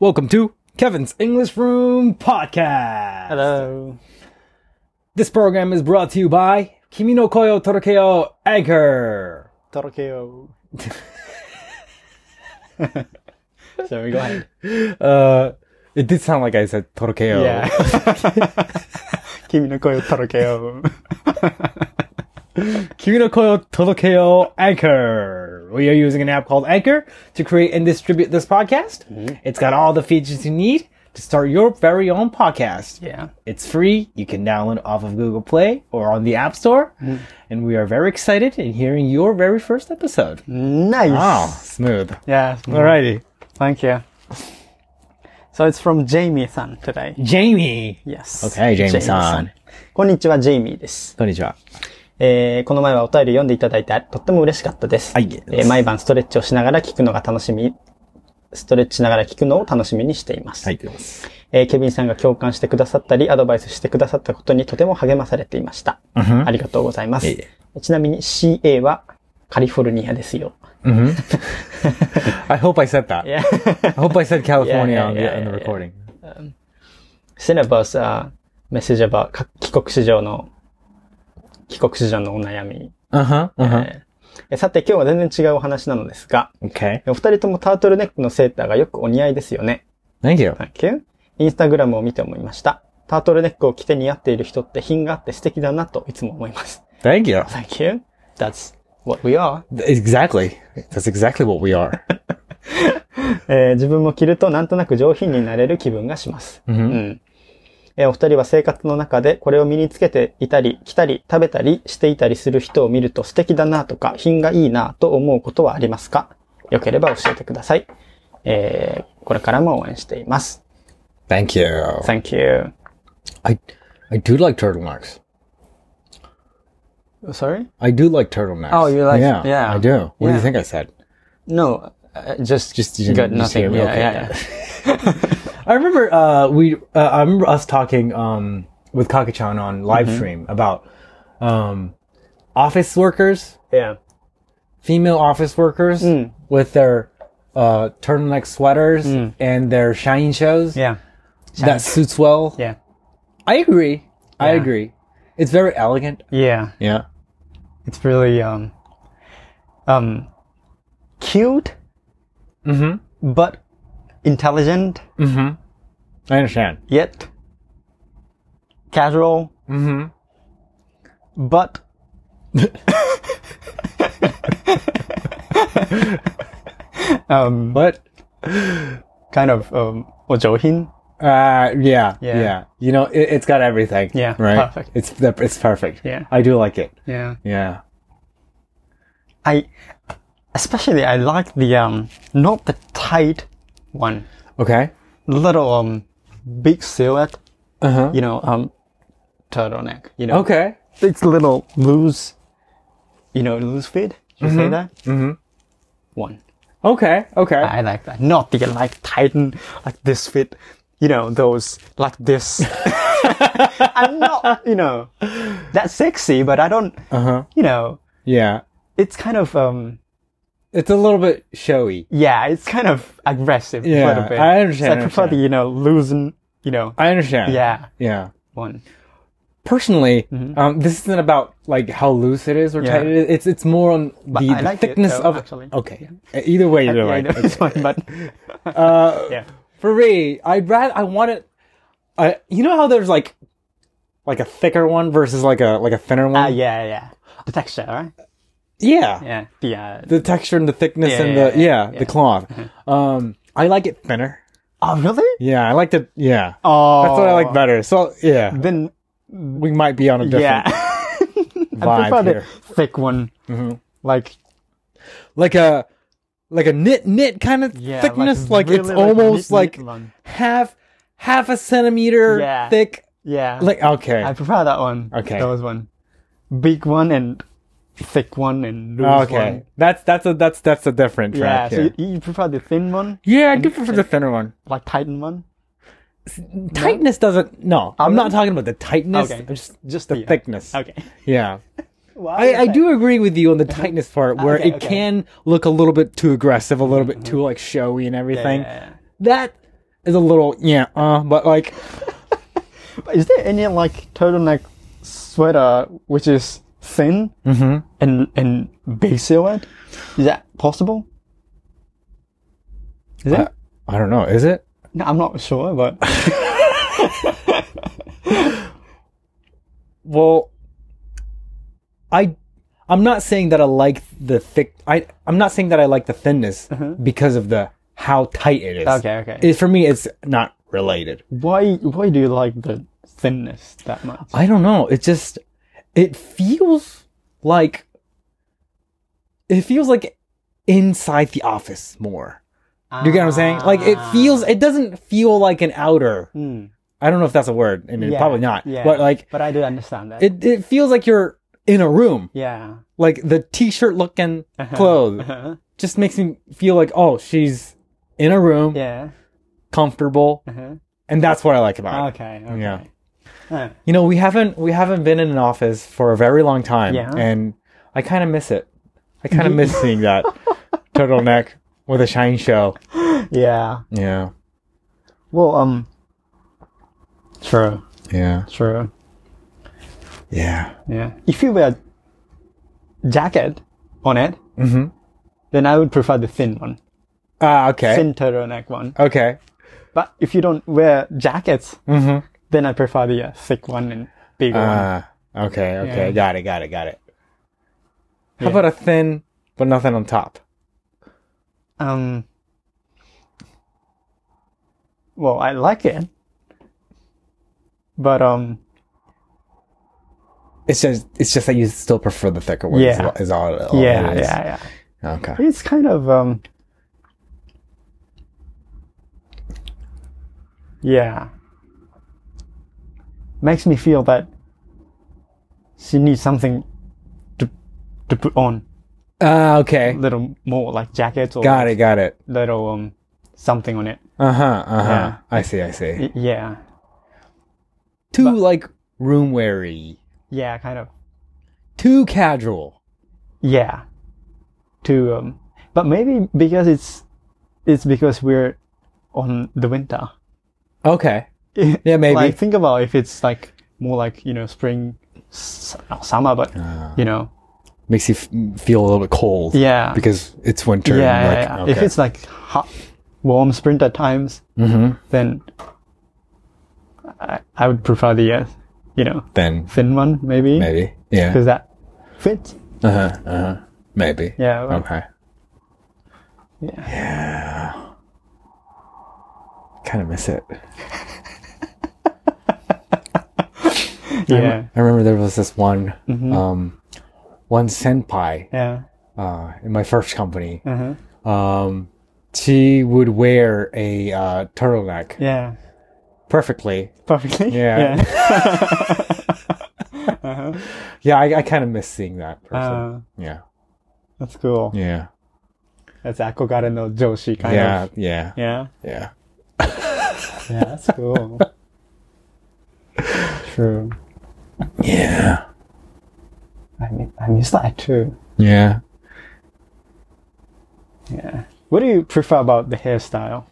Welcome to Kevin's English Room Podcast. Hello. This program is brought to you by Kimi no Koyo Torokeo Anchor. Torokeo. Sorry, go ahead. Uh, it did sound like I said Torokeo. Yeah. Kimi no koyo torokeo. Kimi no Koyo Torokeo Anchor. We are using an app called Anchor to create and distribute this podcast. Mm-hmm. It's got all the features you need to start your very own podcast. Yeah. It's free. You can download it off of Google Play or on the App Store. Mm-hmm. And we are very excited in hearing your very first episode. Nice. Wow, smooth. Yeah. Alrighty. Thank you. So it's from Jamie-san today. Jamie. Yes. Okay, Jamie-san. こんにちは、ジェイミーです。こんにちは。えー、この前はお便り読んでいただいてとっても嬉しかったです。はいえー毎晩ストレッチをしながら聞くのが楽しみ、ストレッチしながら聞くのを楽しみにしています。はい、です。えーケビンさんが共感してくださったり、アドバイスしてくださったことにとても励まされていました。ありがとうございます。いえいちなみに CA はカリフォルニアですよ。 I hope I said that. Yeah. I hope I said California Yeah, yeah, on, the, yeah, on the yeah, recording. Send us a message about か帰国子女の、帰国子女のお悩み。 Uh-huh, uh-huh. えーさて今日は全然違うお話なのですが、 Okay. お二人ともタートルネックのセーターがよくお似合いですよね。 Thank you. Thank you. インスタグラムを見て思いました。タートルネックを着て似合っている人って品があって素敵だなといつも思います。 Thank you. Thank you. That's what we are. Exactly. That's exactly what we are. えー自分も着るとなんとなく上品になれる気分がします。うんえーお二人は生活の中でこれを身につけていたり、着たり、食べたりしていたりする人を見ると素敵だなとか、品がいいなと思うことはありますかよければ教えてください。えーこれからも応援しています。 Thank you. Thank you. I, I do like turtlenecks. Sorry? I do like turtlenecks. Oh, you like- Yeah, yeah. I do. What do you Yeah. think I said? No, just, Just- you got got just nothing. nothing. hear me, Yeah, okay. I remember uh, we uh, I remember us talking um, with Kakachan on live stream about um, office workers, yeah. female office workers, Mm. with their uh, turtleneck sweaters and their shine shows. Mm. Yeah. that suits well. Yeah. I agree. I agree. It's very elegant. Yeah. Yeah. It's really um um cute but intelligent I understand. yet casual but um But kind of um お上品 uh, yeah, yeah, Yeah. You know, it, it's got everything. Yeah, Right. perfect. It's the- it's perfect. Yeah. I do like it. yeah Yeah. I especially I like the um not the tight one Okay. little um big silhouette Uh huh. you know um turtleneck you know Okay. it's a little loose, you know, loose fit. Should you say that? Mm-hmm. One. Okay. Okay. I like that. Not the like Titan, like this fit, you know, those like this. I'm not, you know, that sexy, but I don't, Uh-huh. you know, Yeah. it's kind of, um, It's a little bit showy. yeah, it's kind of aggressive a Yeah, little bit. I understand, So I prefer the, understand. you know, loosen, you know, I understand. yeah, Yeah. one. Personally, um, this isn't about like how loose it is or Mm-hmm. Yeah. tight it is. It's it's more on the, I the like it, thickness though, of actually. Okay. Either way, you're Yeah, I right. know it's fine, but Uh, yeah. for me, I'd rather I want it. I you know how there's like like a thicker one versus like a like a thinner one. Ah, yeah, yeah. The texture, right? yeah. Yeah, the, uh, The texture and the thickness Yeah, and yeah, the yeah, yeah, Mm-hmm. the cloth. Um, I like it thinner. oh, really? Yeah, I like the yeah. Oh. That's what I like better. So yeah, Then we might be on a different yeah, I vibe prefer here. the thick one. Like Like a like a knit knit kind of yeah, thickness. Like, really it's almost knit- like knit one. half half a centimeter Yeah. thick. yeah. Like okay, I prefer that one. Okay. that was one big one and thick one and loose Oh, okay. one. That's that's a that's that's a different Yeah, track. so here. you, you prefer the thin one, Yeah, I do prefer the thinner one. like Titan one. Tightness doesn't. No, I'm not talking about the tightness. Oh, Okay. I'm just Just the the- thickness. Okay, Yeah, Wow, I, I okay. do agree with you on the tightness part, where okay, it okay. can look a little bit too aggressive, a little bit too like showy and everything. yeah, yeah. That is a little yeah, uh, but like Is there any like turtleneck sweater which is thin Mm-hmm. and and big silhouette? Is that possible? Is Uh, that? I don't know, is it? No, I'm not sure, but Well, I I'm not saying that I like the thick. I I'm not saying that I like the thinness because of the how tight it is. Uh-huh. Okay, okay. It, for me, it's not related. why why do you like the thinness that much? I don't know. It just it feels like it feels like inside the office more. Do you get what I'm saying? Like it Ah. feels it doesn't feel like an outer. Mm, I don't know if that's a word. I mean, Yeah, probably not. yeah. But like but I do understand that. it it feels like you're in a room. yeah. Like the t-shirt looking clothes Uh-huh. just makes me feel like oh, she's in a room, Yeah. comfortable, Uh-huh. and that's what I like about it. Okay. Okay. Yeah. Uh, You know, we haven't we haven't been in an office for a very long time, Yeah. and I kind of miss it. I kind of miss seeing that turtleneck with a shine show. yeah. Yeah, Well, um. True. yeah, True. yeah. Yeah. If you wear jacket on it, Mhm. then I would prefer the thin one, Ah, okay, thin turtleneck one. okay. But if you don't wear jackets, Mhm. then I prefer the uh, thick one and big one. Ah, okay, okay. Yeah. Got it, got it, got it. How Yeah. about a thin but nothing on top? Um. Well, I like it, but um, It's just it's just that you still prefer the thicker one. is Yeah. all- Is, all, all it yeah, is. yeah, yeah. Okay. It's kind of um. Yeah. Makes me feel that she needs something to to put on Ah, a okay. little more like jacket or Got it, got it. little um something on it. Uh huh, uh huh. Yeah. I see, I see. Y- yeah. Too like room weary, Yeah, kind of. too casual. Yeah. To um but maybe because it's it's because we're on the winter. Okay. Yeah, maybe. Like think about if it's like more like you know spring, s- not summer, but Ah. you know Makes you f- feel a little bit cold. yeah Because it's winter. yeah, and, yeah, like, yeah. Okay. If it's like hot, warm spring at times, Mhm. then I, I would prefer the uh, you know then thin one maybe maybe. Yeah. because that fits. Uh huh. Uh huh. Maybe. Yeah, well, Okay. yeah, Kind of miss it. yeah, I remember there was this one, Mm-hmm. um, one senpai yeah. uh, in my first company. Uh-huh. Um, she would wear a uh, turtleneck yeah. perfectly. Perfectly. Yeah. yeah. Yeah, I, I kind of miss seeing that person. Uh, yeah, that's cool. yeah, That's Akogare no Joshi kind yeah, of. yeah, Yeah. yeah. Yeah, that's cool. True. Yeah. I miss, I miss that too. Yeah. Yeah. What do you prefer about the hairstyle?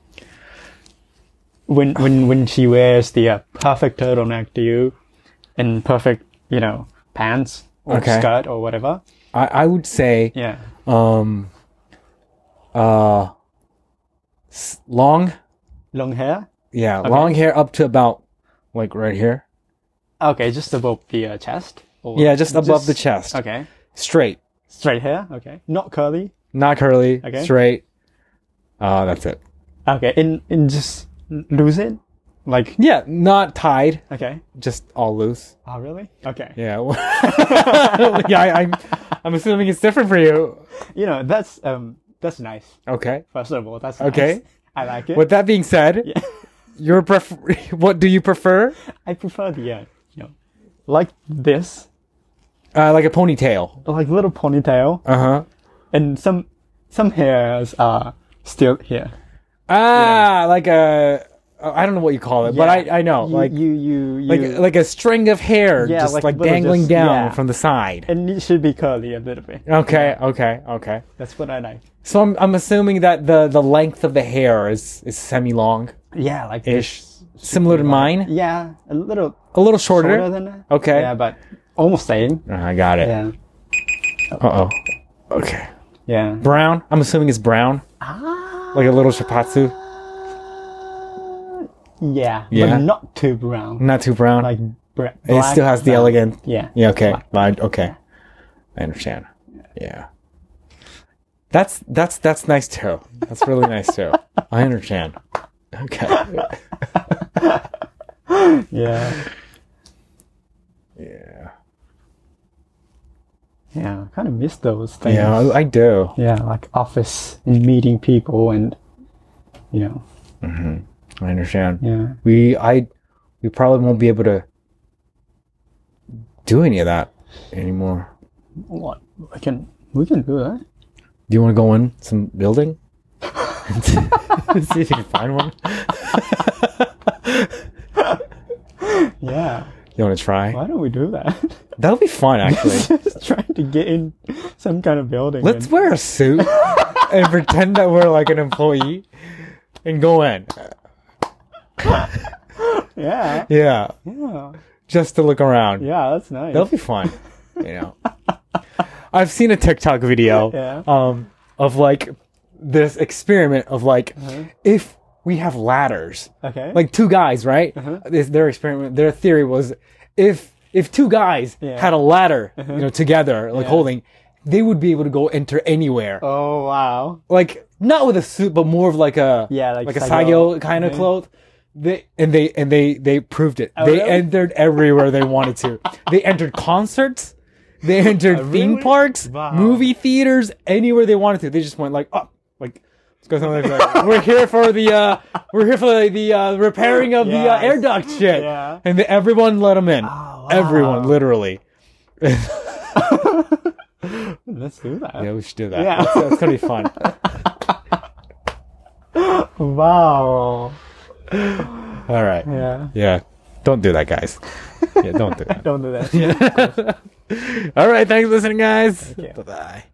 When when when she wears the uh, perfect turtleneck to you, and perfect you know pants or Okay. skirt or whatever. I, I would say Yeah. um uh s- long Long hair. yeah long hair up to about like right here Okay, just above the uh, chest. Or yeah just above the chest Okay. straight Straight hair. Okay. Not curly. not curly Okay. straight uh that's it Okay. And and just lose it. Like yeah not tied okay. just all loose Oh really? Okay. yeah yeah I, I'm I'm assuming it's different for you You know that's um that's nice. okay First of all, that's Okay. nice. I like it. with that being said your pref- what do you prefer I prefer the uh, you know like this, uh, like a ponytail like little ponytail, uh huh and some some hairs are still here. Ah, like a oh, I don't know what you call it, but Yeah. I I know You- like you you you. like uh, like a string of hair Yeah, just like like, little dangling just- down yeah. from the side. and it should be curly a little bit. Okay, okay, okay. That's what I like. So I'm I'm assuming that the the length of the hair is is semi long Yeah, like ish, similar to mine, Yeah, a little a little shorter. shorter than that. Okay. Yeah, but almost same. I got it. Yeah. Uh oh. Okay. Yeah. Brown. I'm assuming it's brown, Ah. like a little shapatsu. Yeah. Yeah. But not too brown. Not too brown. Like br- it black, still has the but- elegant. Yeah. Yeah. Okay. I, okay. I understand. Yeah. That's that's that's nice too. That's really nice too. I understand. Okay. Yeah. Yeah. Yeah. Kind of miss those things. Yeah. I, I do. Yeah, like office and meeting people and you know. I understand. Yeah. We I we probably won't be able to do any of that anymore. What we can we can do that. Do you want to go in some building? See if you can find one. Yeah. You want to try? Why don't we do that? That'll be fun, actually. Just trying to get in some kind of building. Let's and- wear a suit and pretend that we're like an employee and go in. yeah. Yeah, Yeah. just to look around. Yeah, that's nice. That'll be fun. You know, I've seen a TikTok video Yeah. um, of like this experiment of like if we have ladders, Uh-huh. okay. Uh-huh. like two guys, right? This, their experiment, their theory was if if two guys Yeah. Uh-huh. had a ladder, you know, together, like holding, they would be able to go enter anywhere. Oh wow. like not with a suit, but more of like a Yeah, like a sayo sayo kind of thing. Oh, cloth. They and they and they they proved it. they really? entered everywhere they wanted to. They entered concerts. They entered theme Oh, really? parks, Wow. movie theaters, anywhere they wanted to. They just went like, oh, like let's go somewhere. Like, we're here for the uh, we're here for the uh, repairing of the uh, Yes. air duct shit. Yeah. Oh, And the, everyone let them in. wow. Everyone, literally. Let's do that. Yeah, we should do that. Yeah. That's, that's gonna be fun. Wow. All right. Yeah. Yeah. Don't do that, guys. Yeah, don't do that. Don't do that. All right. Thanks for listening, guys. you. Bye bye.